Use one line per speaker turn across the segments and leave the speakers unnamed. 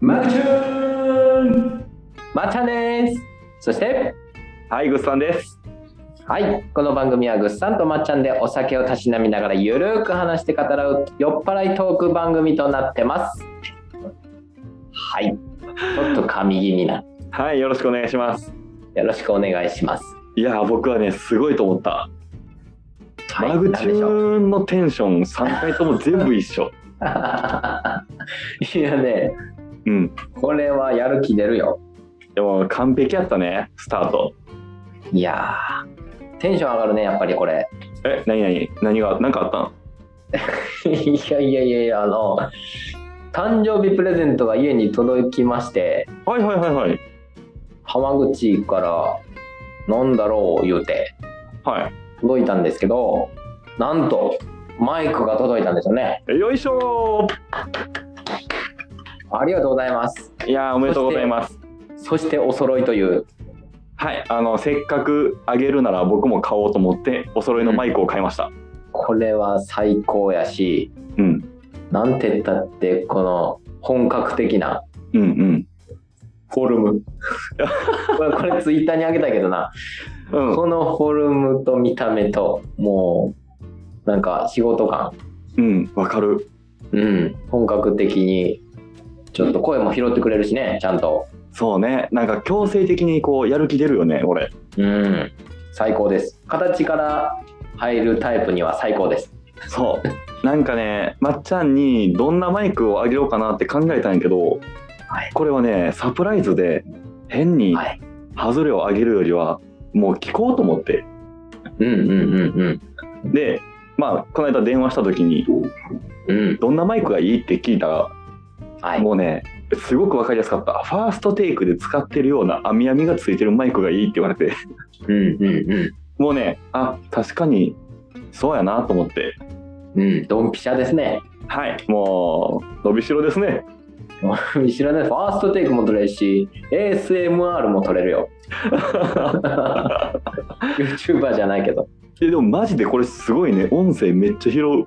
マグチューンまたですそして
はい、グッさんです。
はいこの番組はぐっさんとまっちゃんでお酒をたしなみながらゆるーく話して語らう酔っ払いトーク番組となってますはいちょっと噛み気味な
はい、よろしくお願いします。
よろしくお願いします
いやー、僕はね、すごいと思った。
はい
マグ
な
チ
んでしょう
ューンのテンション3回とも全部一緒。
いやね
うん。
これはやる気出るよ
でも完璧やったね、スタート。
いやーテンション上がるねやっぱりこれ
え、何何何が、何かあった ん
いやいやいやいやあの誕生日プレゼントが家に届きまして
はいはいはいはい。
浜口から「なんだろう」言うて
は
届いたんですけどなんとマイクが届いたんですよね
い。よいしょ
ありがとうございます
ーいやー、おめでとうございます。
そしてお揃いという
はい、あの、せっかくあげるなら僕も買おうと思って、お揃いのマイクを買いました。
これは最高やし
うん。
なんて言ったってこの本格的な
うんうん。
フォルムこ れこれツイッターにあげたけどな
うん。
このフォルムと見た目ともうなんか仕事感
うん。わかる。
うん本格的にちょっと声も拾ってくれるしねちゃんと
そうね。なんか強制的にこう、やる気出るよね、俺。
うん最高です形から入るタイプには最高です
そう。なんかね、まっちゃんにどんなマイクをあげようかなって考えたんやけど、
はい
これはね、サプライズで変に
はい
ハズレをあげるよりは、もう聞こうと思って。
うんうんうん
で、まあ、この間電話した時に、
うんうん
どんなマイクがいいって聞いたら、
はい
もうね、すごくわかりやすかった。ファーストテイクで使ってるような網網がついてるマイクがいいって言わ れて、
うんうんう
もうね、あ、確かに、そうやなと思って。
んうんドンピシャです ね
はい、もう、伸びしろですね。
後ろねファーストテイクも取れるし ASMR も取れる よ YouTuber じゃないけど
えでもマジでこれすごいね音声めっちゃ拾う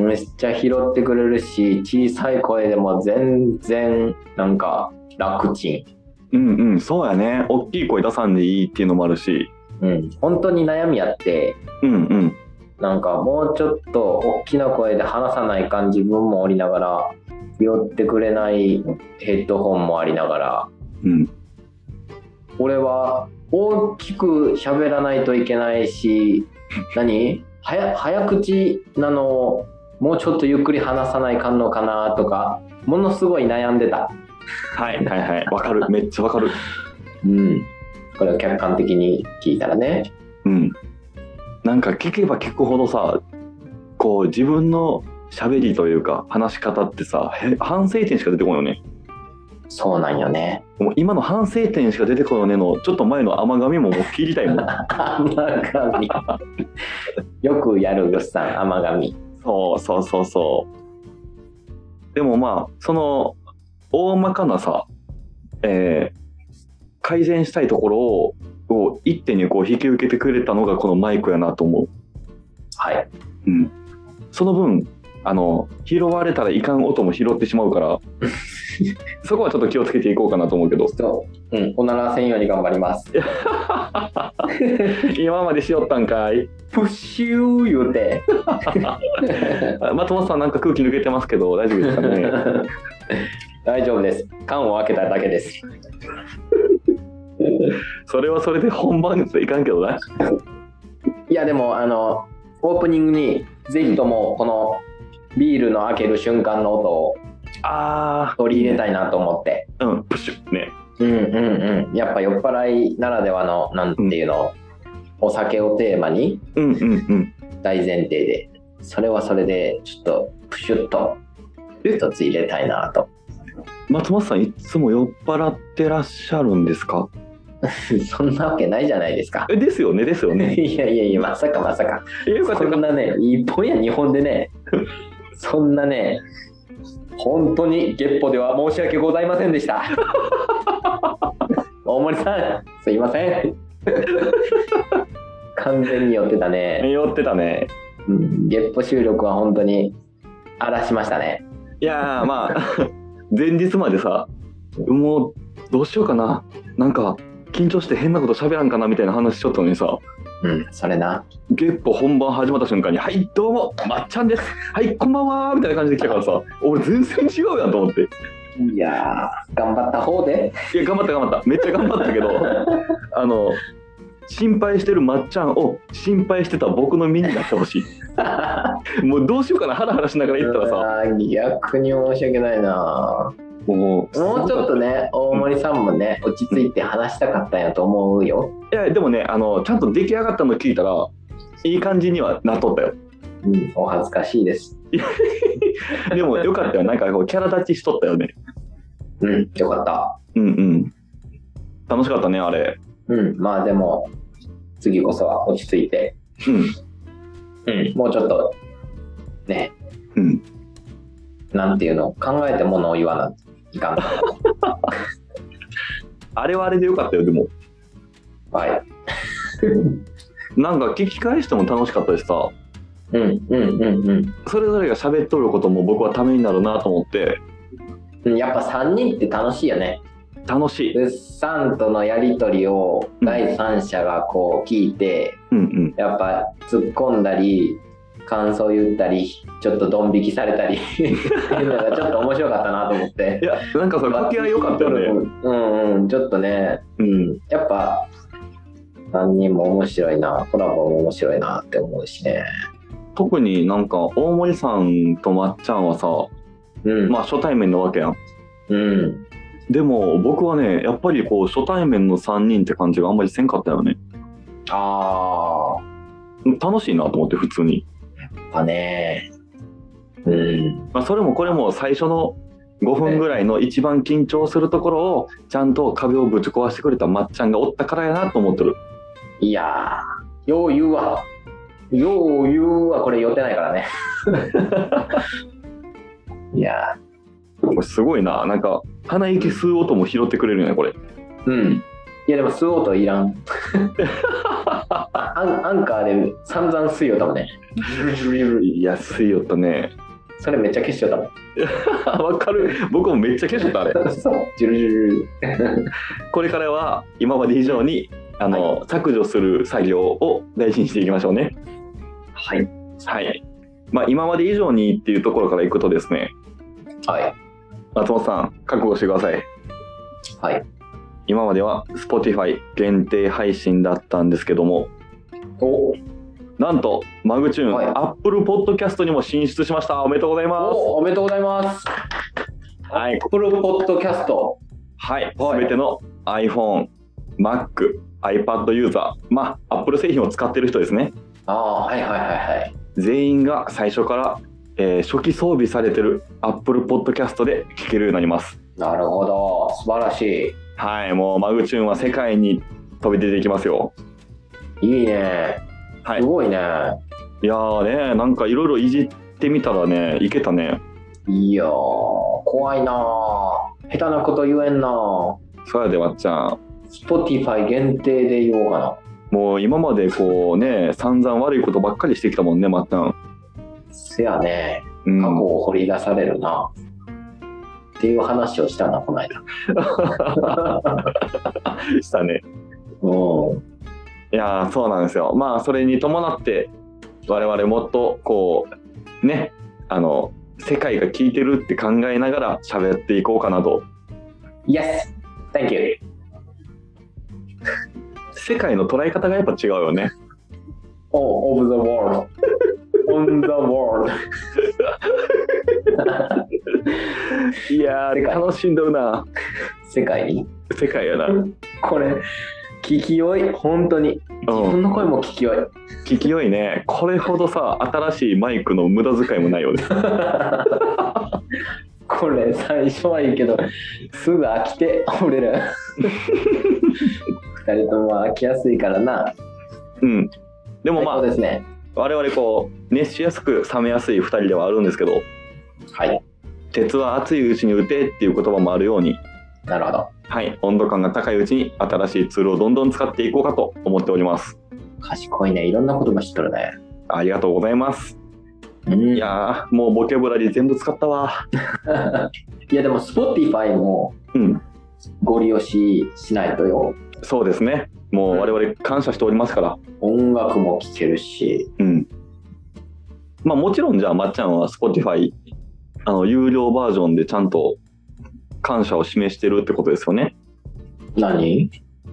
めっちゃ拾ってくれるし小さい声でも全然なんか楽ちん、
うんうんそうやね大きい声出さんでいいっていうのもあるし
うん、本当に悩みあって
うんうん
なんかもうちょっと大きな声で話さない感自分もおりながら拾ってくれないヘッドホンもありながら
うん
俺は大きく喋らないといけないし何はや早口なのをもうちょっとゆっくり話さないかんのかなとかものすごい悩んでた。
はいはいはいわかるめっちゃわかる
うん、これを客観的に聞いたらね。
うんなんか聞けば聞くほどさこう自分の喋りというか話し方ってさへ反省点しか出てこないよね
そうなんよね。
もう今の反省点しか出てこないよねのちょっと前の甘噛みももう切りたいもん
甘神。よくやるぐっさん、甘神。
そうそうそうそう。でもまあ、その、大まかなさ、えー改善したいところを、こう一手にこう引き受けてくれたのがこのマイクやなと思う。
はい。
うん。その分、あの、拾われたらいかん音も拾ってしまう から、そこはちょっと気をつけていこうかなと思うけど、
そう。うん、おならせんように頑張ります。
今までしよったんかい。
プッシュー言うて。
あ松本さんなんか空気抜けてますけど、大丈夫ですかね。
大丈夫です。缶を開けただけです。
それはそれで本番ですいかんけどな。
いや、でも、あの、オープニングに、ぜひとも、この、ビールの開ける瞬間の音を
あー、
取り入れたいなと思って。
うん、プッシュ。ね。
うんうんうん、やっぱ酔っ払いならではのなんていうの、お酒をテーマに
うんうんうん。
大前提でそれはそれでちょっとプシュッと
え
一つ入れたいなと
松本さんいつも酔っ払ってらっしゃるんですか
そんなわけないじゃないですか
えですよねですよ
いや
ね
いやいやまさかまさか
えよかった
そ
よか
ん
っ
なね一本や二本でね そんなね本当に月歩では申し訳ございませんでした 大森さんすいません 完全に酔ってたね
た酔ってたね
うん、月歩収録は本当に荒らしましたね。
いやーまあ前日までさもうどうしようかななんか緊張して変なこと喋らんかなみたいな話しちょったのにさ
うん、それな。
ゲッポ本番始まった瞬間に「はいどうもまっちゃんですはいこんばんは」みたいな感じで来たからさ俺全然違うやんと思って
いやー、頑張った方 で。
いや頑張った頑張っためっちゃ頑張ったけど あの心配してるまっちゃんを心配してた僕の身になってほしいもうどうしようかなハラハラしながら行った らさ
うわー逆に申し訳ないな。
もう
もうちょっと
ね
ね、大森さんもね、落ち着いて話したかったんやと思うよ。
いやでもねあのちゃんと出来上がったの聞いたらいい感じにはなっとったよ
うん、お恥ずかしいです。
でもよかったよなんかこうキャラ立ちしとったよね
うん、よかった。
うんうん楽しかったねあれ
うん、まあでも、次こそは落ち着いて、
うん
うん、もうちょっと、ね、
うん
なんていうの、考えてものを言わないかんか。
あれはあれでよかったよでも
はい。
なんか聞き返しても楽しかったしさ
うん、うん、うん、
それぞれが喋っとることも僕はためになるなと思って
うん。やっぱ3人って楽しいよね。
楽しい
物産とのやり取りを第三者がこう聞いて、
うんうん
やっぱ突っ込んだり感想言ったりちょっとドン引きされたりっていうのがちょっと面白かったなと思っ
い
て
やなんかさ掛け合い良かったよね
うんうんちょっとね
うん
やっぱ3人も面白いなコラボも面白いなって思うしね
特になんか大森さんとまっちゃんはさ
うん、
まあ初対面なわけやん
うん
でも僕はねやっぱりこう初対面の3人って感じがあんまりせんかったよね
ああ
楽しいなと思って普通に、
やっぱねうん
まあ、それもこれも最初の5分ぐらいの一番緊張するところをちゃんと壁をぶち壊してくれたまっちゃんがおったからやなと思ってる
いやーよう言うわよう言うわこれ寄ってないから ねいや
これすごいななんか鼻息吸う音も拾ってくれるよねこれ
ーうんいやでも吸おうとい らんあアンアンカーで散々吸いよったもんね
いや吸いよったね
それめっちゃ消しよったもん
わかる僕もめっちゃ消しとったあれ
そうジュルジュル
これからは今まで以上にあの、削除する作業を大事にしていきましょうね
はい
はい。まあ、今まで以上にっていうところからいくとですね、
はい
松本さん、覚悟してください。
はい
今までは Spotify 限定配信だったんですけども、
お
なんと、マグチューン、
はい
Apple Podcast にも進出しました。おめでとうございます。
おおめでとうございます
はい。
プロポッドキャスト
はい。す
はい
べての iPhone、Mac、iPad ユーザー、まあ、Apple 製品を使ってる人ですね。
ああはいはいはいはい
全員が最初から、えー初期装備されてる Apple Podcast で聞けるようになります。
なるほど素晴らし
はい、もうマグチューンは世界に飛び出ていきますよ。
いいいね
はい
す、ごいね、
いやーね、なんかいろいろいじってみたらね、いけたね。
いやー、怖いなー。下手なこと言えんなー。
そうやで、まっちゃん。
Spotify 限定で言おうかな。
もう今までこうね、散々悪いことばっかりしてきたもんね、まっちゃん。
せやね、
う
過去
ん、
を掘り出されるな。っていう話をしたな、この間。
したね。
う
いやーそうなんですよ。まあ、それに伴って、我々もっとこう、ね、あの、世界が聞いてるって考えながら喋っていこうかなと。
ん。Yes! Thank you!
世界の捉え方がやっぱ違うよね。
Oh, of the world! On the world!
いやー、
世界
楽しんどるな。
世界に
世界やな。
これ、聞きよい、本当に。自分の声も聞きよい。
聞きよいねこれほどさ新しいマイクの無駄遣いもないよね
これ最初はいいけどすぐ飽きて俺ら二人とも飽きやすいからな
うんでもまあ
そうですね
我々こう熱しやすく冷めやすい2人ではあるんですけど
はい
鉄は熱いうちに打てっていう言葉もあるように
なるほど
はい温度感が高いうちに新しいツールをどんどん使っていこうかと思っております
賢いねいろんな言葉知っとるね
ありがとうございます
うん
いやーもうボキャブラリー全部使ったわ
いやでも Spotify も
うん
ご利用ししないとよ
そうですね。もう
うん
我々感謝しておりますから。
音楽も聴けるし
うん。まあもちろんじゃあ、まっちゃんは Spotify、あの、有料バージョンでちゃんと感謝を示してるってことですよね。
何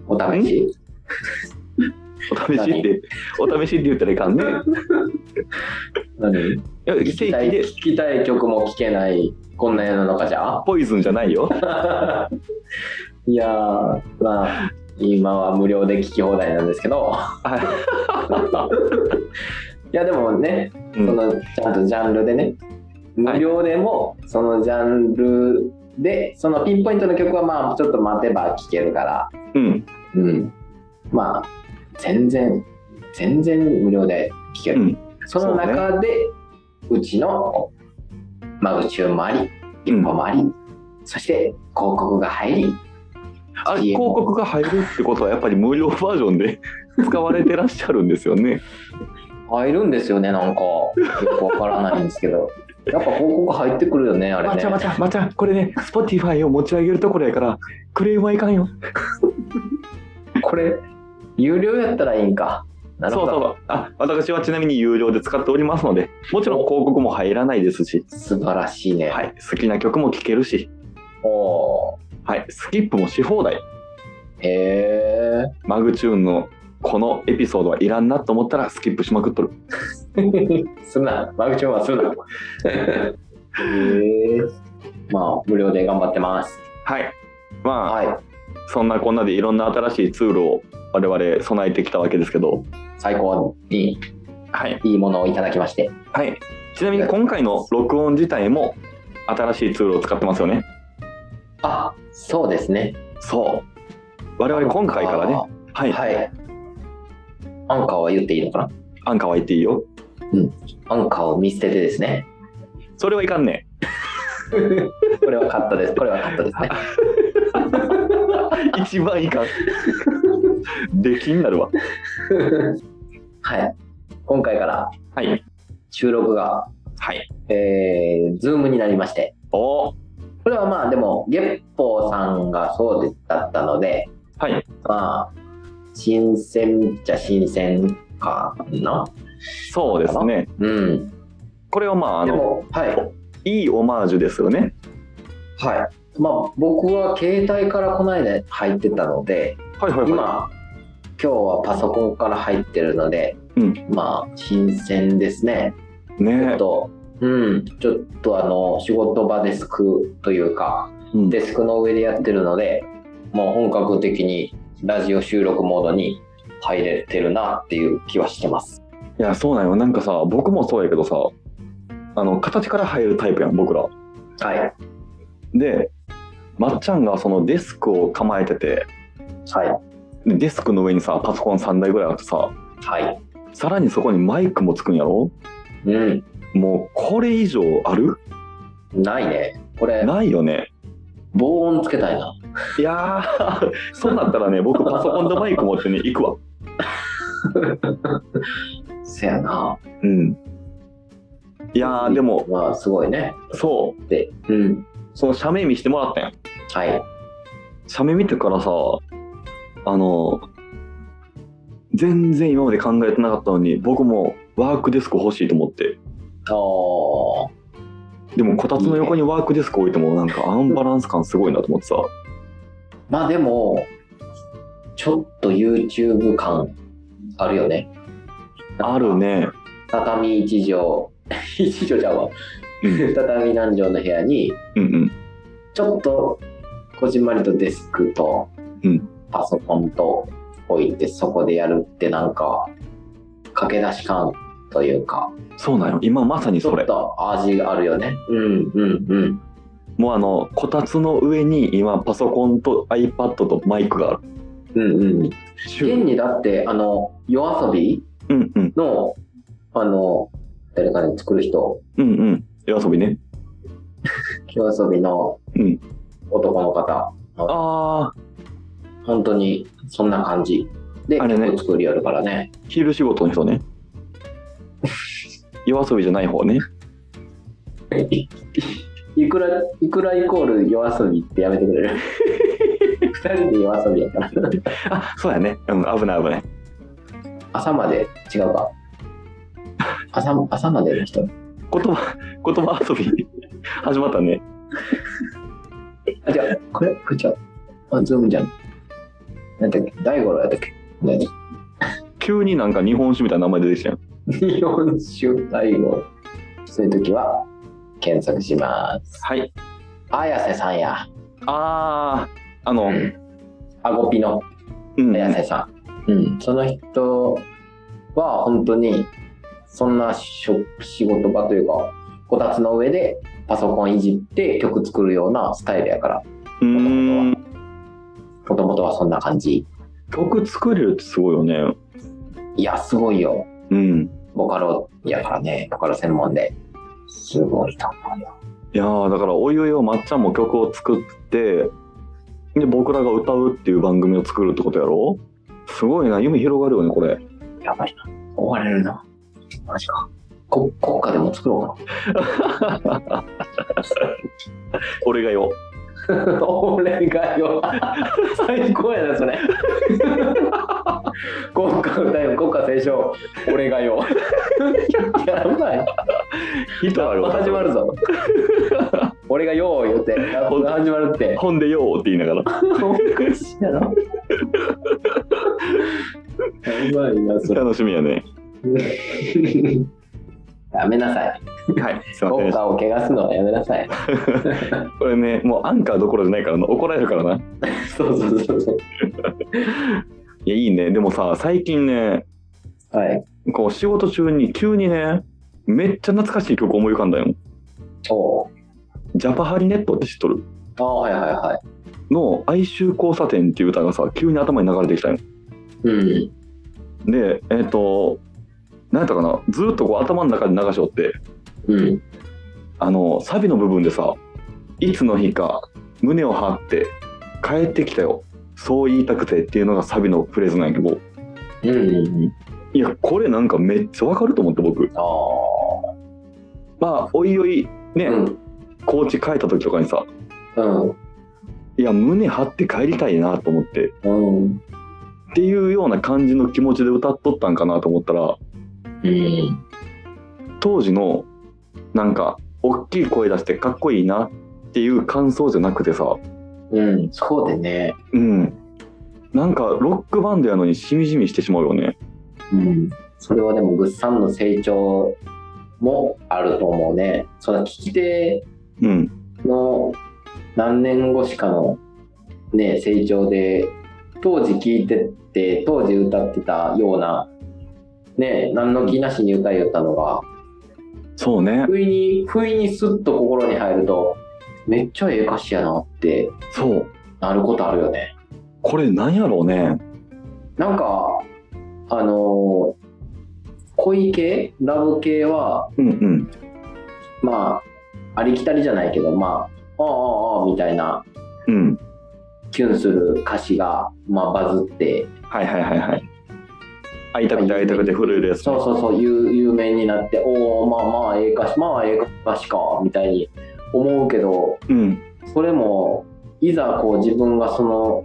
お試し
お試しって、お試しって言ったらいかんね。
何
いや、
聞
正
きた
規
い
で、
聞きたい曲も聴けないこんな世の中じゃ
ポイズンじゃないよ。
いやーまあ今は無料で聴き放題なんですけど
はい
やでもね
い。う
そ
ん、
のちゃんとジャンルでね無料でもそのジャンルでそのピンポイントの曲はまあちょっと待てば聴けるから
うん、
うんまあ全然全然無料で聴ける、
うん
その中でう,、ちのマグチューンもあり
う
一
ん
歩もあり、そして広告が入り
あれ広告が入るってことはやっぱり無料バージョンで 使われてらっしゃるんですよね。
入るんですよねなんかよくわからないんですけ どやっぱ広告入ってくるよねあれ
まちゃんま
ね
ちゃんまちゃんこれね Spotify を持ち上げるところやからクレームはいかんよ。
これ有料やったらいいんかなる
そ
ほ
うそうそ
ど
うあ私はちなみに有料で使っておりますのでもちろん広告も入らないですし、
素晴らしいね、
はい、好きな曲も聴けるし、
おー
はい、スキップもし放題
へえ
マグチューンのこのエピソードはいらんなと思ったらスキップしまくっとる。
すんなマグチョンはすんなへえまあ無料で頑張ってます
はいまあ、
はい
そんなこんなでいろんな新しいツールを我々備えてきたわけですけど、
最高に
はい。
いいものをいただきまして
はい。ちなみに今回の録音自体も新しいツールを使ってますよね。
あそうですね
そう。我々今回からね、は
あー
い、
はいアンカーは言っていいのかな
アンカーは言っていいよ。
アンカーを見捨ててですね。
それはいかん ね
これはカットです。これはカットですね。
ん。一番いかん。 できになるわ。
はい。今回から
はい。
収録が、
はい。
えー、ズームになりまして。
おー
これはまあでも、月報さんがそうだったので、
はい。
まあ、新鮮っちゃ新鮮かな。
そうですね。
うん。
これはまあ、あ
で
の、
も、はい。
いいオマージュですよね。
はい。まあ、僕は携帯からこの間入ってたので、
はいはいはい。
今今日はパソコンから入ってるので、
うん
まあ新鮮ですねちょっ
ね
と、うんちょっとあの仕事場デスクというか
うん
デスクの上でやってるのでもう本格的にラジオ収録モードに入れてるなっていう気はしてます
いや、そうなんよ。なんかさ、僕もそうやけどさ、あの、形から入るタイプやん、僕ら。
はい
で、まっちゃんがそのデスクを構えてて、
は
でデスクの上にさ、パソコン3台ぐらいあってさ、
いはい
さらにそこにマイクもつくんやろ
うん
もうこれ以上ある
ないねこれ
ないよね。
防音つけたいない
やー、 そうなったらね、僕パソコンとマイク持ってね、行くわ。
せやな
うん。いやー、でも、
まあすごいね
そ
でうん
う、その写メ見してもらったやん。
はい
写メ見てからさ、あの、全然今まで考えてなかったのに、僕もワークデスク欲しいと思って。
おー
でもこたつの横にワークデスク置いてもなんかアンバランス感すごいなと思ってさ。
まあでも、ちょっと YouTube 感あるよね。
ある。ね。
畳一畳、一畳じゃ んわ。
う ん
畳何畳の部屋に、
うん
ちょっとこじんまりとデスクと
うん、
パソコンと置いて、そこでやるってなんか、駆け出し感というか、
うん。そうなんよ。今まさに
ちょ
そ
っ
れ。
と味があるよね。うんうんうん。
もうあの、こたつの上に今パソコンと iPad とマイクがある。
うんうん。
シュ
現にだって、あの、夜遊び
うんうん。
の、あの、誰かに作る人、
うんうん。夜遊びね。
夜遊びの
うん
男の方、
あー、
本当にそんな感じで
あれね
曲作りよるからね
昼仕事の 人ね。夜遊びじゃない方ね。
いくらいくらイコール夜遊びってやめてくれる二人で夜遊びやから。
あそうやねうん危ない危ない
朝まで違うか。朝朝までの人。
言葉 言葉遊び始まったね
あ、じゃあ、これ、これじゃあ、あズームじゃん。なんだっけ、大五郎やったっけ。何
急になんか日本酒みたいな名前出てきたやん
日本酒大五郎。そういう時は、検索します。
はい
綾瀬さんや。
あーあの
あごぴの
うん
綾瀬さん。うん。その人は、本当に、そんな職仕事場というか、こたつの上でパソコンいじって曲作るようなスタイルやから、
うーん
もともとはそんな感じ。
曲作れるってすごいよね
いや、すごいよ。
うん
ボカロやからね、ボカロ専門で。すごいと思うよ。
いやーだからおいおいおまっちゃんも曲を作ってで僕らが歌うっていう番組を作るってことやろすごいな夢広がるよねこれ
やばいな。追われるな。マジか。こ国家でも作ろう
俺がよ
かな。 俺がよ。最高やな、 それ。国家歌よ、国家斉唱。俺がよ。 やばい。
ヒトラーが
始まるぞ。俺がよ言うて、ラップが始まるって。
ほんでよーって言いながら
おかしい やろ。やばいな、それ。
楽しみやね
やめなさい。
はいすいませ
国
ん
家を汚すのはやめなさい。
これねもうアンカーどころじゃないからな怒られるからな
そうそうそうそう。
いやいいねでもさ最近ね
はい。
こう仕事中に急にねめっちゃ懐かしい曲思い浮かんだよ
おう
ジャパハリネットって知っとる
ああ、はいはいはい。
の「哀愁交差点」っていう歌がさ急に頭に流れてきたよ
うん。
でえっ、と何やったかなずっとこう頭の中で流しおって
うん。
あのサビの部分でさ「いつの日か胸を張って帰ってきたよそう言いたくて」っていうのがサビのフレーズなんやけど
うん。
いやこれなんかめっちゃわかると思って僕
ああ。
まあおいおいね、
うん。
高知帰った時とかにさ
うん。
いや胸張って帰りたいなと思って
うん。
っていうような感じの気持ちで歌っとったんかなと思ったら
うん。
当時のなんか大きい声出してかっこいいなっていう感想じゃなくてさ
うん。そうでね。
うんなんかロックバンドやのにしみじみしてしまうよね
うん。それはでも、ぐっさんの成長もあると思うね。その聞き手
うん
の何年後しかのね、成長で、当時聞いてて、当時歌ってたような、ね、何の気なしに歌いよったのが、
そうね
不意に、不意にスッと心に入ると、めっちゃええ歌詞やなって
そう
なることあるよね。
これなんやろうね
なんか、あのー恋系ラブ系は、
うんうん
まあ、ありきたりじゃないけど、まあ、ああああああみたいな、
うん
キュンする歌詞が、まあ、バズって、
はいはいはいはい会いたくて会いたくて震えるやつ
そうそうそう、有有名になって、おお、まあまあ、ええ歌詞、まあ、ええ歌詞か、みたいに思うけど、
うん
それもいざこう自分がその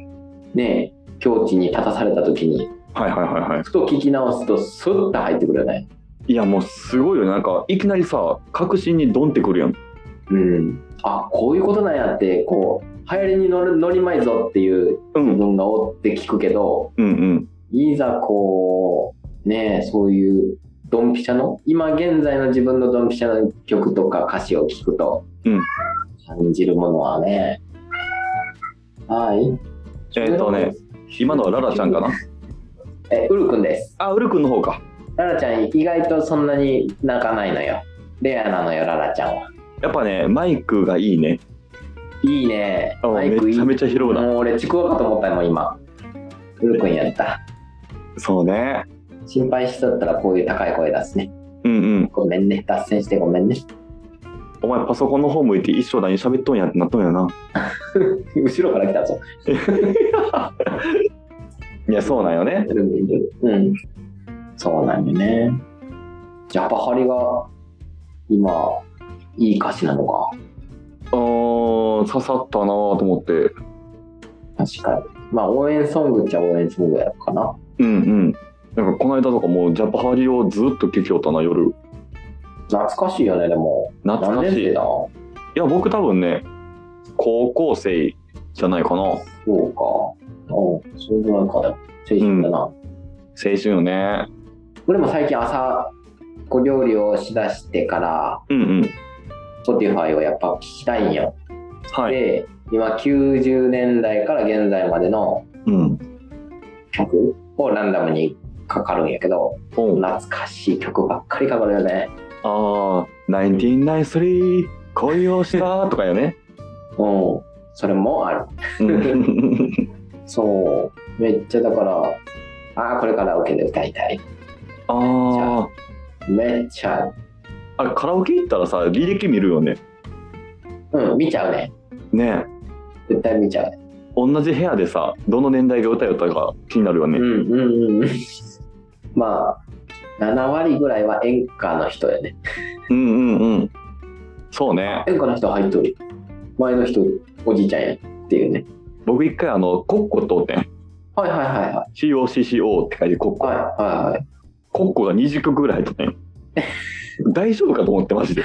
ね境地に立たされた時に
はいはいはいはい
ふと聞き直すとスッと入ってくるよね
いやもうすごいよねなんかいきなりさ確信にドンってくるやん
うんあこういうことなんやってこう流行りに乗る乗りまいぞっていう
う
部
ん
分がおって聞くけど
うんうん
いざこうねそういうドンピシャの今現在の自分のドンピシャの曲とか歌詞を聞くと
うん
感じるものはね、はい
えっ、とね今のはララちゃんかな
えウルくんです
あウル君の方か
ララちゃん意外とそんなに泣かないのよ。レアなのよ、ララちゃんは。
やっぱねマイクがいいね
いいね。
あ
マイク
め
いい。
ちゃ
も
めちゃ拾うな
う俺、ちくわかと思ったよ、もう今。ウル君やった。
そうね。
心配しとったらこういう高い声出すね。
うんうん。
ごめんね。脱線してごめんね。
お前パソコンの方向いて一生何喋っとんやってなっとんやな。
後ろから来たぞ。
いや、そうなんよね。
うん。そうなんよね。ジャパハリが今、いい歌詞なのか。
あー、刺さったなと思って。
確かに。まあ、応援ソングっちゃ応援ソングやろかな。
うんうん。なんかこの間とかもうジャパハリをずっと聞きよったな夜。
懐かしいよね、でも。
懐か
何年
しい。
生
い
だ
や僕多分ね高校生じゃないかな。青
そうか。うん、そういうぐらいかでも青春だな。
春よね。
俺も最近朝、こう料理をしだしてから、
うんうん。
Spotify をやっぱ聞きたいんよ。
はい。
で、今90年代から現在までの
うん。
曲をランダムにかかるんやけど、
おう
懐かしい曲ばっかりかかるよね。
ああ、ナインティナインスリー恋をしたとかよね。
うん。それもある。
うん
そう。めっちゃだから、ああ、これカラオケで歌いたい。
あ
めっちゃある。
あ、あれカラオケ行ったらさ履歴見るよね。
うん、見ちゃうね。
ね
絶対見ちゃうね。
同じ部屋でさどの年代が歌よったか気になるよね。
うんうんうん。まあ、7割ぐらいは演歌の人やね。
うんうんうん。そうね。
演歌の人入っとる。前の人、おじいちゃんやっていうね。
僕一回あのコッコ通ってん。
はいはいはいはい。
COCCO って書いてコッコ。
はいはいはい。
コッコが20曲ぐらい入っとったん。大丈夫かと思ってマジで。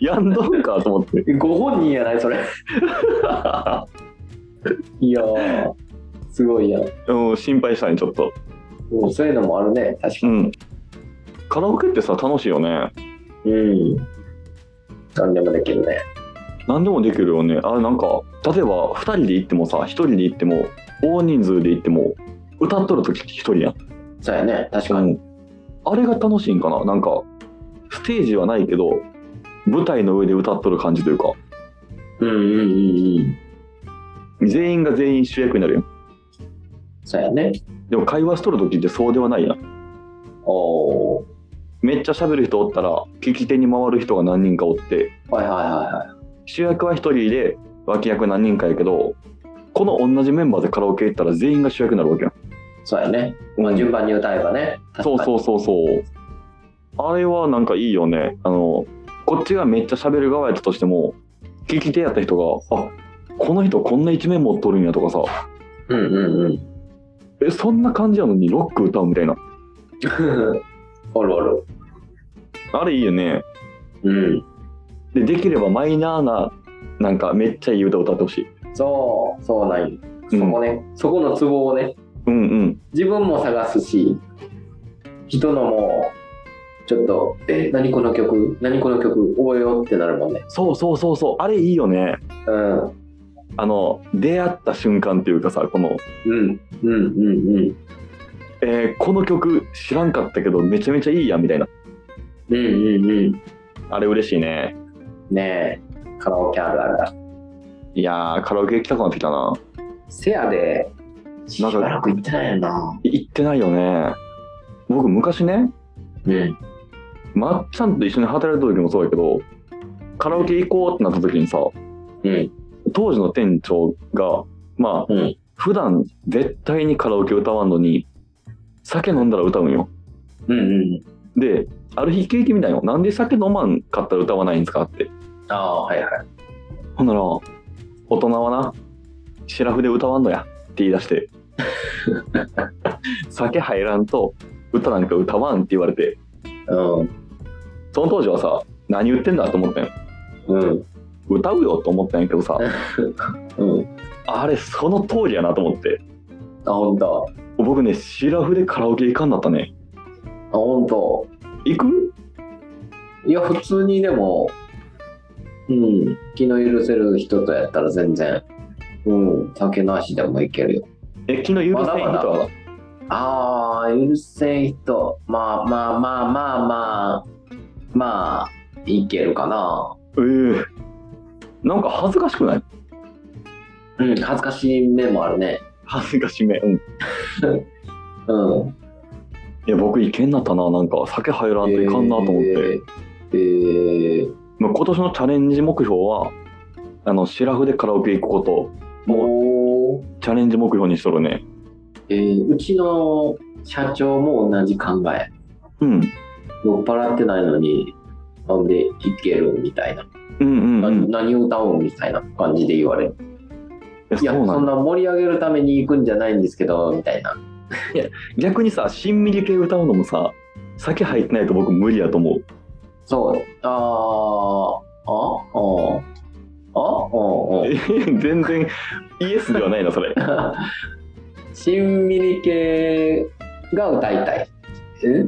やんどんかと思って。
ご本人やないそれ。 いやー、すごいやん。
うん心配したねちょっと。
もうそういうのもあるね、確か
う
に。
ん。カラオケってさ楽しいよね。
うん。何でもできるね。
何でもできるよね。あなんか例えば2人で行ってもさ1人で行っても大人数で行っても歌っとる時1人やん。
そうやね、確かに。
あれが楽しいんかななんかステージはないけど舞台の上で歌っとる感じというか
うんうんうんうん。
全員が全員主役になるやん
そうやね。
でも会話しとる時ってそうではないやん
おー。
めっちゃ喋る人おったら聞き手に回る人が何人かおって
はいはいはいはい。
主役は一人で脇役何人かやけどこの同じメンバーでカラオケ行ったら全員が主役になるわけやん、
そうやね。まあ、順番に歌えばね。
そう
う。
そうそうそうあれはなんかいいよねあのこっちがめっちゃ喋る側やったとしても聞き手やった人があこの人こんな一面持っとるんやとかさ
うんうんうん。
えそんな感じやのにロック歌うみたいな
おるおる。
あれいいよね
うん。
でできればマイナーななんかめっちゃいい歌歌ってほしい
そう、そうなんよ。
う
そ
ん
こね、そこのツボをね、
うんうん
自分も探すし、人のも、ちょっと、え、何この曲何この曲覚えようってなるもんね。
そうそうそうそうあれいいよね
うん。うん、
あの出会った瞬間っていうかさこの、
うん、うん、うん。
えーこの曲知らんかったけどめちゃめちゃいいやんみたいな
うん、うん、うん。
あれ嬉しいね
ねえ、カラオケあるあるだ。
いやーカラオケ行きたくなってきたな
せやで、しばらく行ってないよな。
い行ってないよね僕昔ね
うん。
まっちゃんと一緒に働いた時もそうやけどカラオケ行こうってなった時にさ
うん、
当時の店長がまあ
うん。
普段絶対にカラオケ歌わんのに酒飲んだら歌うんよ
うん、うん。
である日聞いてみたいよなんで酒飲まんかったら歌わないんですかって
ああ、はいはい。
ほんなら大人はなシラフで歌わんのやって言い出して 酒入らんと歌なんか歌わんって言われて
うん、
その当時はさ何言ってんだと思ったんよ
うん、
歌うよと思ったんやけどさ
うん。
あれその通りやなと思って
あ、ほんと。
僕ねシラフでカラオケ行かんなったね
あ、ほんと。
行く
いや、普通にでも、うん、気の許せる人とやったら全然、うん、酒なしでもいけるよ。
え昨日許せん人
まだ
は
ああ、許せん人、まあまあまあまあまあ、まあ、いけるかな。
ええなんか恥ずかしくない
うん、恥ずかしい面もあるね。
恥ずかしめ。うん。い
うん。
や、僕、いけんなったな。なんか、酒入らんといかんなと思って。
えーえー
まあ、今年のチャレンジ目標は、あの、シラフでカラオケ行くこと、も
もう
う、チャレンジ目標にしとるね。
えーうちの社長も同じ考え。
うん。
酔っ払ってないのに、飲んでいけるみたいな。
うんうん、うん
何を歌おうみたいな感じで言われる。
えや
いや
そうな
そん
んだ
な盛り上げるために行くんじゃないんですけどみたいな
逆にさしんみり系歌うのもさ酒入ってないと僕無理やと思う
そうあーあああああ
全然イエスではないなそれ
しんみり系が歌いたい。え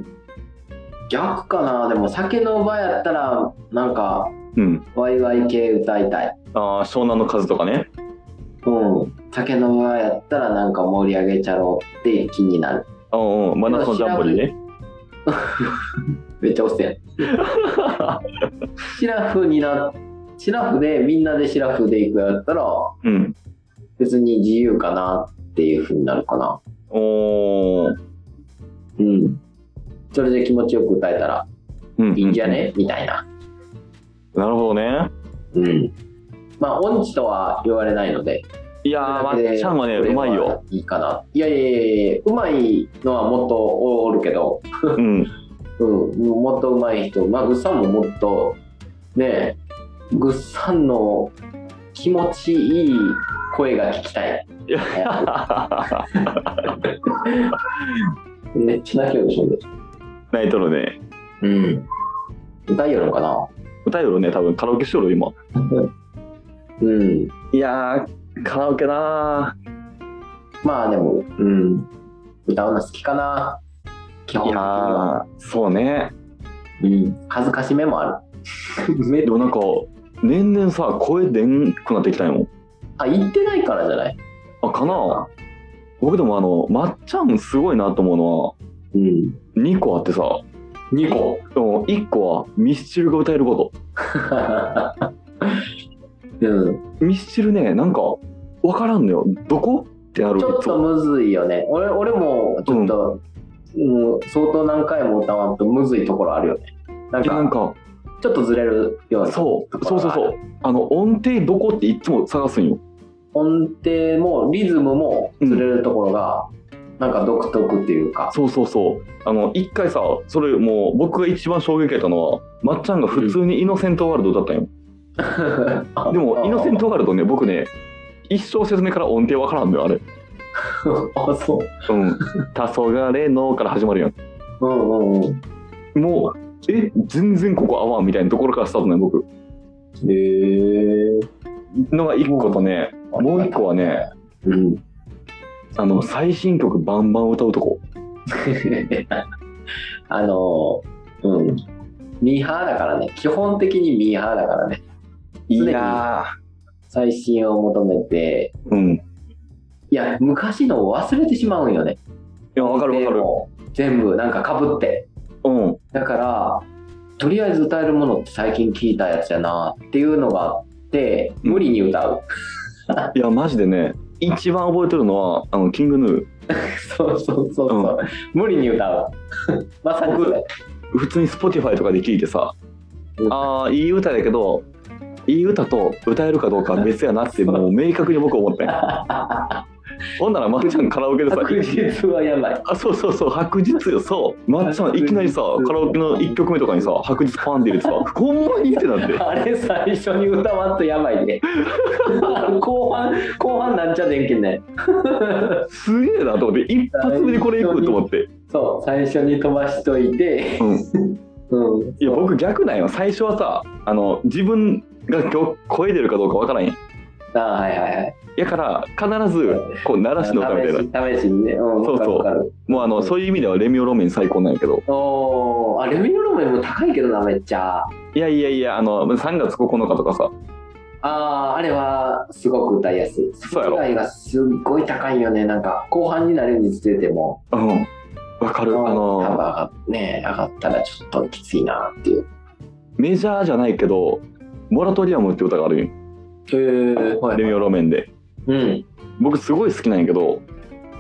逆かなでも酒の場やったらなんか
うん
ワイワイ系歌いたい。
ああ湘南の風とかね
うん。酒の場やったらなんか盛り上げちゃろうって気になる。
うんうん真夏のジャンボリーね
めっちゃおせん。 シラフにな、シラフでみんなでシラフで行くやったら
うん
別に自由かなっていう風になるかな。
おー
うん。それで気持ちよく歌えたら
うん
いいんじゃねみたいな。
なるほどね
うん。まあ、音痴とは言われないので。
いやーま
それだけ
っ
で
ちゃんはね
これ
うまいよ。
いいかな。いやいやいやいやうまいのはもっとおるけど、
うん
うん、もっとうまい人、まあ、ぐっさんももっと、ねえ、ぐっさんの気持ちいい声が聞きたい。
いや
めっちゃ泣きよるしょんで。
泣いとるね
うん。歌いよるのかな
歌えるね多分カラオケしとる今
うん。
いやーカラオケな
まあでも、うん。歌うの好きかな基
ー
本
い
的に
や
は。
ーそうね
うん。恥ずかしめもある。 めっ
でもなんか年々さ声でんくなってきたんよ
あ、行ってないからじゃない
あかな僕でもあのまっちゃんすごいなと思うのは
うん。
2個あってさ
2個。
でも1個はミスチルが歌えるこ
うん。
とミスチルねなんか分からんのよどこってなる
ちょっとむずいよね。俺、俺もちょっと、うん、相当何回も歌わんとむずいところあるよね。なん
いやなん
か、
か
ちょっとずれるような。
そうそうそうそうあの音程どこっていつも探すんよ
音程もリズムもずれるところが、なんか独特っていうか。
そうそうそうあの一回さそれもう僕が一番衝撃やったのはまっちゃんが普通に「イノセントワールド」だったんよ、 でも「イノセントワールドね」僕ね一生説明から音程分からんのよあれ
ト。 あ、そう。
うん 「黄昏の」から始まるやん
うんうんうん。
もうえ全然ここ合わんみたいなところからスタートね僕
へえ。
のが1個とねもう一個はね。
うん。
あの最新曲バンバン歌うとこ
あの、うん。ミーハーだからね。基本的にミーハーだからね。い
や
最新を求めて、
ーうんい
いや、昔のを忘れてしまうんよね。
や分かる分か
で
る
も全部なんかかぶって。
うん
だから、とりあえず歌えるものって最近聞いたやつやなっていうのがあって、無理に歌う。
いやマジでね一番覚えてるのはあのキングヌー
そうそうそうそう。無理に歌う。 まさにそれ。
普通に Spotify とかで聞いてさ、
うん
ああいい歌だけどいい歌と歌えるかどうかは別やなってもう明確に僕思 ってんほんならまっちゃんカラオケでさ
確実はやばい。
あそうそうそう白日よそうまっちゃんいきなりさカラオケの1曲目とかにさ白日パンって 入れてさほんまにってなって
あれ最初に歌わんとやばいね。 後半、後半なんちゃでんけんね。
すげえなと思って一発目でこれいくと思って
そう、最初に飛ばしといて。
うん
うん。
いや僕逆なんよ最初はさあの自分が今日声出るかどうかわからへん
あはいはいはい。
やから必ずこう鳴らしの歌みたいな
試し試しにね。うん、
そうそう
わかるわかる。
もうあのそういう意味ではレミオロメン最高なんやけど
おーあ、レミオロメンも高いけどな、めっちゃ。
いやいやいやあの3月9日とかさ
あーあれはすごく歌いやすい。
そうやろ
世界がすっごい高いよね。なんか、後半になるにつれても、
うんわかるあ
タン
の
バーがね、上がったらちょっときついなっていう。
メジャーじゃないけど「モラトリアム」って歌があるんよ
へえ、は
レミオロメンで
うん。
僕すごい好きなんやけど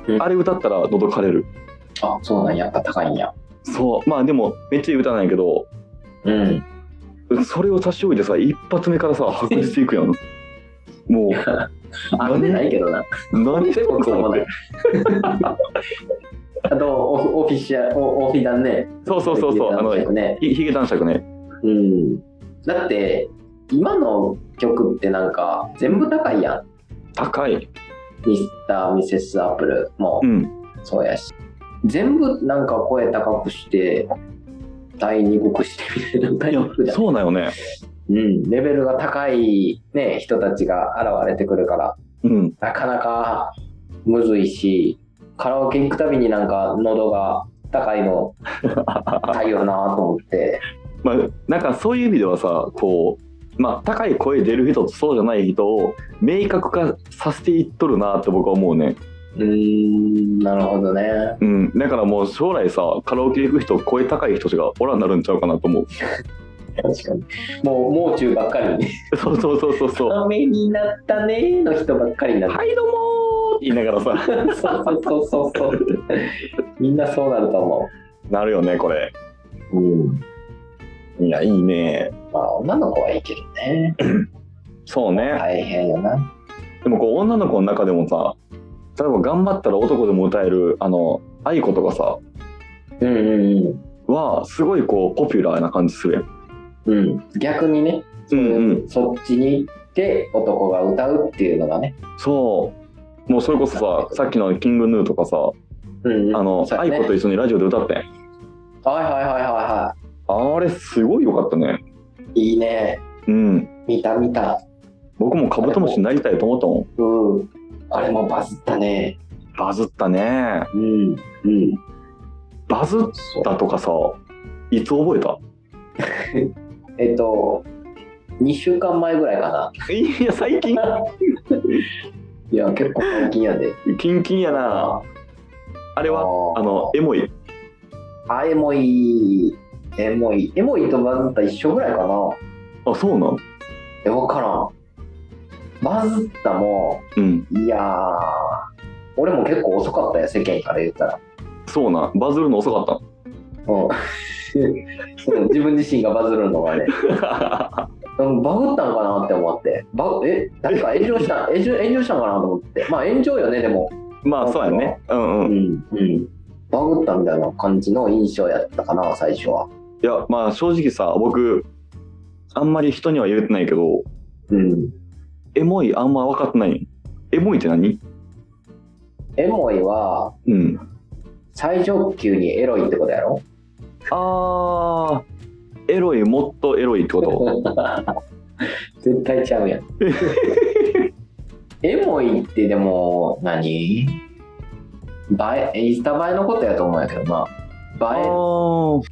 うん
あれ歌ったら喉枯れる
あ、そうなんや、やっぱ高いんや。
そうまあでもめっちゃいい歌なんやけど
うん。
それを差し置いてさ一発目からさ白日いくやんもう
あんでないけどな。
何してんのと思って
あと、オフオフィシャル、オオフィダンね。
そうそうそうそうあの
ね。
ひヒゲ男爵ね
うん。だって、今の曲ってなんか、全部高いやん。
高い。
ミスター、ミセス、アップルも
うん。
そうやし、全部なんか声高くして、第二国してみたいな、
い
第
や
二国じゃん
そうだよね。
うん、レベルが高い、ね、人たちが現れてくるから、
うん。
なかなかむずいし、カラオケ行くたびになんか喉が高いの高いよなと思って、
まあ、なんかそういう意味ではさ、こう、まあ、高い声出る人とそうじゃない人を明確化させていっとるなって僕は思うね。
うーん、なるほどね。
うん。だからもう将来さ、カラオケ行く人、声高い人しかおらんなるんちゃうかなと思う。
確かに。もう、もう中ばっかりに。
そうそうそうそう そう。
ダメになったねーの人ばっかりになる。
はい、どうもーって言いながらさ、
そうそうそうそう。みんなそうなると思
なるよね、これ。
う。うん。
いや、いいね。
まあ、女の子はいいけどね。
そうね。
大変よな。
でもこう女の子の中でもさ例えば頑張ったら男でも歌えるあの愛子とかさ
うんうんうん。
はすごいこうポピュラーな感じするやん。
うん、逆にね、
うんうん、
そっちに行って男が歌うっていうのがね、
そうもうそれこそささっきの「キングヌー」とかさ
うんうん
あの
そうや
愛
ね
子と一緒にラジオで歌ってん
はいはいはいはいは
あれすごい良かったね
いいいね
うん
見た見た
僕もカブトムシになりたいと思ったもん
うんあれもバズったね
バズったね
うんうん
バズっ
そう
たとかさいつ覚えた
えっと2週間前ぐらいかない
や最近
いや結構最近やで
キンキンやなあれはあのエモい
あエモいエモいエモいとバズった一緒ぐらいかな
あそうなん
え分からんバズったも
うん
いやー俺も結構遅かったよ世間から言ったら
そうなんバズるの遅かった
うん そう自分自身がバズるのがね、うんバグったんかなって思って、バグえ誰か炎上した 炎上炎上したんかなと思って、まあ炎上よね、でも、
まあそうやね。うん
う
うん。い
んうん、バグったみたいな感じの印象やったかな、最初は。
やまあ正直さ僕あんまり人には言えてないけど
うん、
エモいあんま分かってないんエモいって何
エモいは
うん。
最上級にエロいってことやろ
あーエロいもっとエロいってこと
絶対ちゃうやん。 エモいってでも何、映え、インスタ映えのことやと思うんやけどな。
あ
映え
ー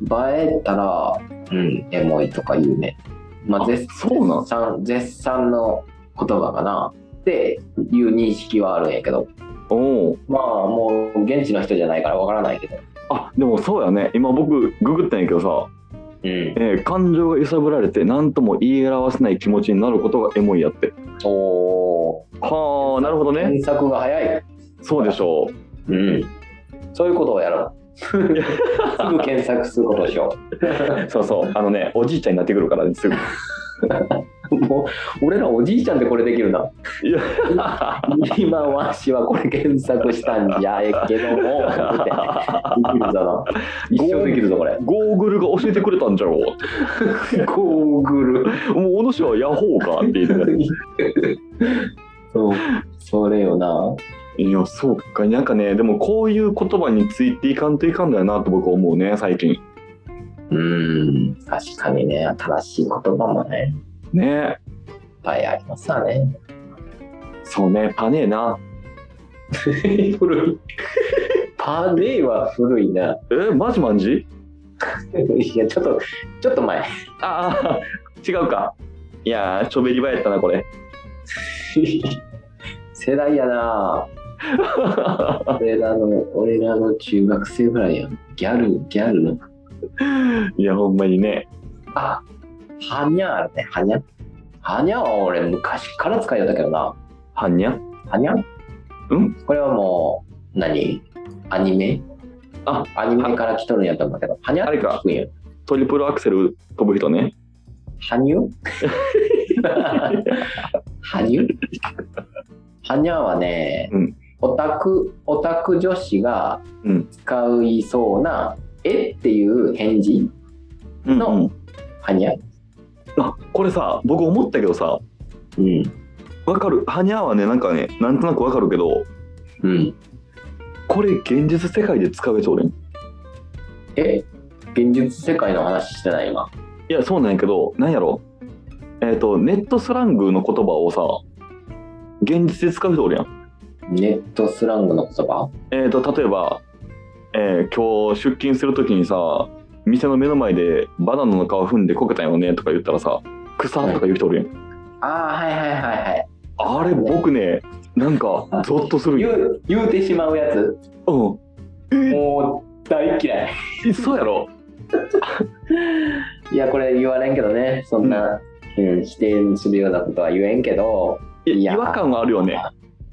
映えたら、うん、エモいとか言うね。まあ、
あ
絶
そうなん
絶賛絶賛の言葉かなっていう認識はあるんやけど、
おー
まあもう現地の人じゃないからわからないけど、
あでもそうやね今僕ググったんやけどさ、
うん、
えー感情が揺さぶられて何とも言い表せない気持ちになることがエモいやって
お
はあなるほどね
検索が早い、
そうでしょ
うん、そういうことをやろう すぐ検索することでしょ
うそうそうあのねおじいちゃんになってくるからすぐ
うもう俺らおじいちゃんでこれできるない
や
今わしはこれ検索したんじゃえけどもみたいなできるぞな一生できるぞこれ
ゴーグルが教えてくれたんじゃろ
ゴーグル。
う。もうお主はヤホーかって言って
そう、それよな。
た。いや、そうか。なんかね、でもこういう言葉についていかんといかんだよなと僕は思うね、最近。
うん、確かにね、新しい言葉もね、
ね。
いっぱいありますわね。
そうね、パネーな。
古い。パネーは古いな。
え、マジマンジ
いや、ちょっと、ちょっと前。
ああ、違うか。いやー、ちょべりばやったな、これ。
世代やな。俺らの、俺らの中学生ぐらいやん。ギャル、ギャルの。
いや、ほんまにね。
あ、はにゃあるね、はにゃ。はにゃは俺昔から使いよったけどな。
はんにゃ
はにゃ
ん
これはもう、何アニメ
あ、
アニメから来とるんやと思うけど、はにゃって聞くんや。
トリプルアクセル飛ぶ人ね。
はにゅはにゅはにゃはね、
うん
オタク、オタク女子が
うん
使いそうな、えっていう返事、
うん、
のはにゃ。
あ、これさ、僕思ったけどさ、
うん。
わかるはにゃーはねなんかねなんとなくわかるけど
うん。
これ現実世界で使うやつ俺い
え現実世界の話してない今。
やそうなんやけどなんやろえっ、とネットスラングの言葉をさ現実で使う人おるやん
ネットスラングの言葉
えー、と例えば、えー今日出勤するときにさ店の目の前でバナナの皮踏んでこけたよねとか言ったらさ「草」とか言う人おるやん、
ああ、はいはいはいはい。
あれ僕ねなんかゾッとする
言
よ、
う、言うてしまうやつ。
うん
もう、大嫌い。
え、そうやろ
いや、これ言われんけどね。そんな、うん、否定するようなことは言えんけど。
い
いや
違和感はあるよね、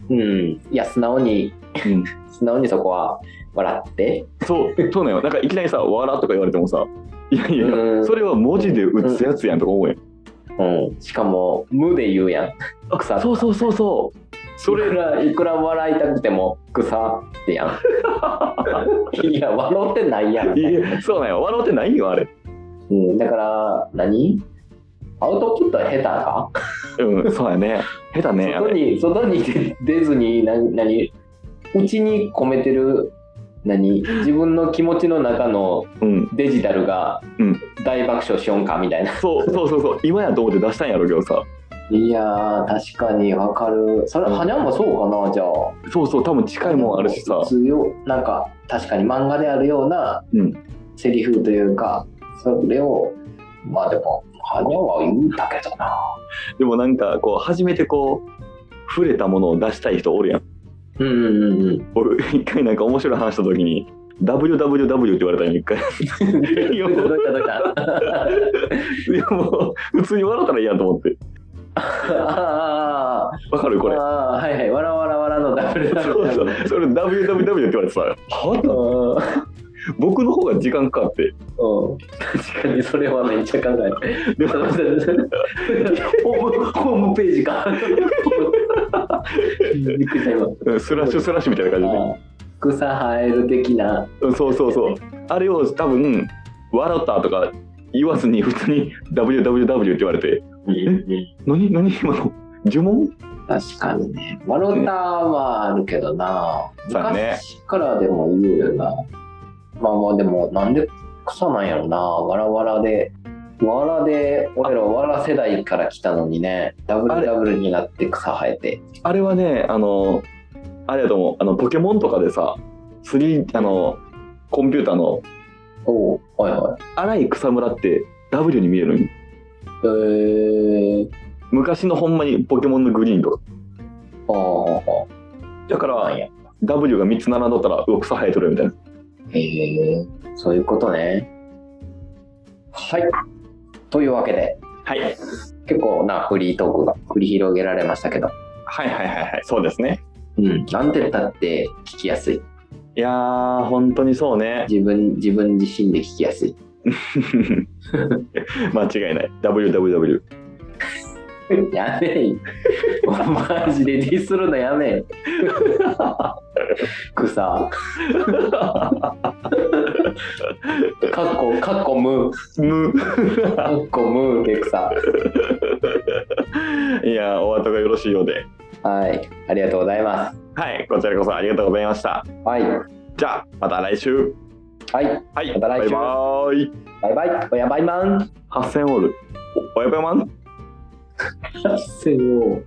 うん。いや、素直に、
うん、
素直にそこは笑って。
そうそうなんよなんかいきなりさ「わら」とか言われてもさ「いやいや、
うん
それは文字で打つやつやん」とか思うやん、
うん。しかも、無で言うやん。
あ
草
そうそうそうそうそ
いく
れ
ら、いくら笑いたくても、草ってやん。いや、笑ってないやん
い。やそうなんよ笑ってないよあれ
うん、だから何アウトプットは下手か、
うんそうやね下手ねあ
外
れ
に外に出出ずにな何うちに込めてる何自分の気持ちの中の
うん
デジタルが
うん
大爆笑しよんかみたいな、
そうそうそうそう今やと思って出したんやろうけどさ
いやー確かにわかるそれ
うん
はにゃもそうかなじゃあ
そうそう多分近いもんあるしさ
強なんか確かに漫画であるような
うん
セリフというか、それをまあでもはにゃは言うんだけどな
でもなんかこう初めてこう触れたものを出したい人おるやん
うんうんうんうん
俺 一回なんか面白い話した時に WWW って言われたんよ一回 いやもう
どうしたどうした
いやもう普通に笑ったらいいやんと思って
あ
わかる
あ、
これ
ああ、はいはい、わらわらわらのダブルダブ
そう
ル
そ
ダブ
う
ル。
それ WWW って言われてさはと僕の方が時間かかって
うんうん確かにそれはめっちゃ考える。
で
ホ
も
ーム ホームページか。びっくりした今
うんスラッシュスラッシュみたいな感じでね
あー草生える的な。
うんそうそうそうあれを多分笑ったとか言わずに普通に WWW って言われて何何今の呪文
確かにね。ワロタはあるけどな。
そうだね
昔からでも言うよな。まあまあでも、なんで草なんやろな。わらわらで。わらで、俺らわら世代から来たのにね、ダブ
あ
ル
れ
ダブルになって草生えて。
あれはねあのあれやと思うあのポケモンとかでさ 3D あのコンピューターの
おお、はいは
荒い草むらって W に見えるん
い。えー、
昔のほんまにポケモンのグリーンとか
あー
だか
あー、あーなん
ら
や。
W が3つ並んどったらうわ草生えとるみたいな
へえー、そういうことね。はい。というわけで、
はいはい
結構なフリートークが繰り広げられましたけど、
はいはいはいそうですね
うん、なんて言ったって聞きやすい。
いやー本当にそうね
自分自分自身で聞きや すい。
間違いない WWW
やめい。マジでディスるのやめ い。草。かっこ、かっこむ。
む
かっこむで草。
いやーお後がよろしいようで
はい。ありがとうございま
はいこちらこそありがとうございました
す。はい。
じゃあまた来週
はい。
はい、
また来週
バイバイ。
バイバイ。おやばいまん。
8000ウォール。おやばいマン
せーの。